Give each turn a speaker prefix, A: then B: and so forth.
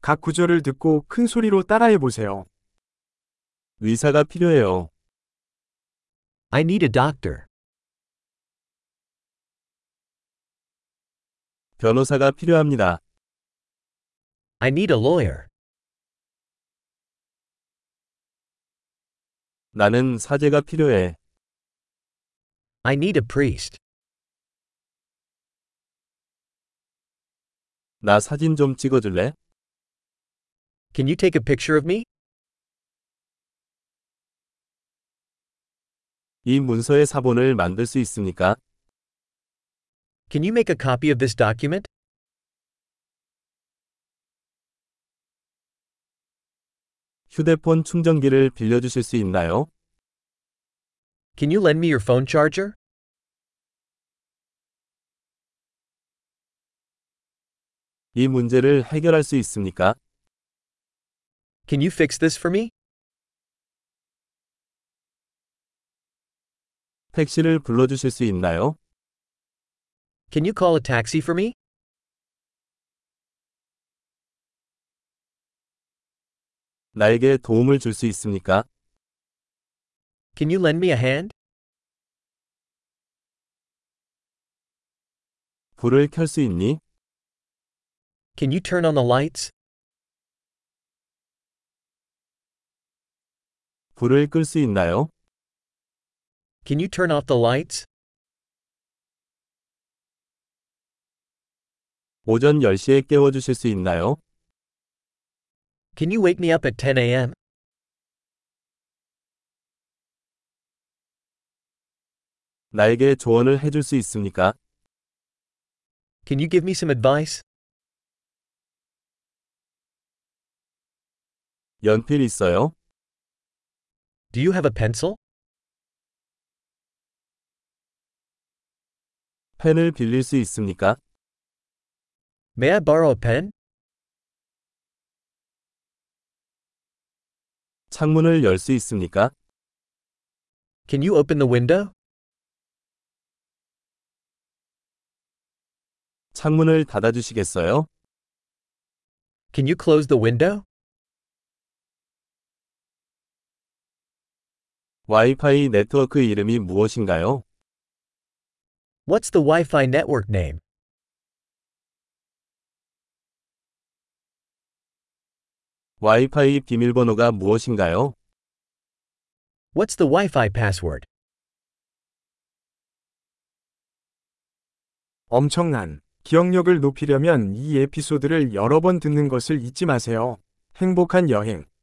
A: 각 구절을 듣고 큰 소리로 따라해 보세요. 의사가 필요해요.
B: I need a doctor.
A: 변호사가 필요합니다.
B: I need a lawyer.
A: 나는 사제가 필요해.
B: I need a priest.
A: 나 사진 좀 찍어줄래?
B: Can you take a picture of me?
A: 이 문서의 사본을 만들 수 있습니까?
B: Can you make a copy of this document?
A: 휴대폰 충전기를 빌려주실 수 있나요?
B: Can you lend me your phone charger?
A: 이 문제를 해결할 수 있습니까?
B: Can you fix this for me?
A: 택시를 불러주실 수 있나요?
B: Can you call a taxi for me?
A: 나에게 도움을 줄 수 있습니까?
B: Can you lend me a hand?
A: 불을 켤 수 있니?
B: Can you turn on the lights?
A: 불을 끌 수 있나요?
B: Can you turn off the lights?
A: 오전 10시에 깨워주실 수 있나요?
B: Can you wake me up at 10 a.m.?
A: 나에게 조언을 해줄 수 있습니까?
B: Can you give me some advice?
A: 연필 있어요?
B: Do you have a pencil?
A: 펜을 빌릴 수 있습니까?
B: May I borrow a pen?
A: 창문을 열 수 있습니까?
B: Can you open the window?
A: 창문을 닫아주시겠어요?
B: Can you close the window?
A: 와이파이 네트워크 이름이 무엇인가요?
B: What's the Wi Fi network name?
A: 와이파이 비밀번호가 무엇인가요?
B: What's the Wi Fi password?
A: 엄청난 기억력을 높이려면 이 에피소드를 여러 번 듣는 것을 잊지 마세요. 행복한 여행.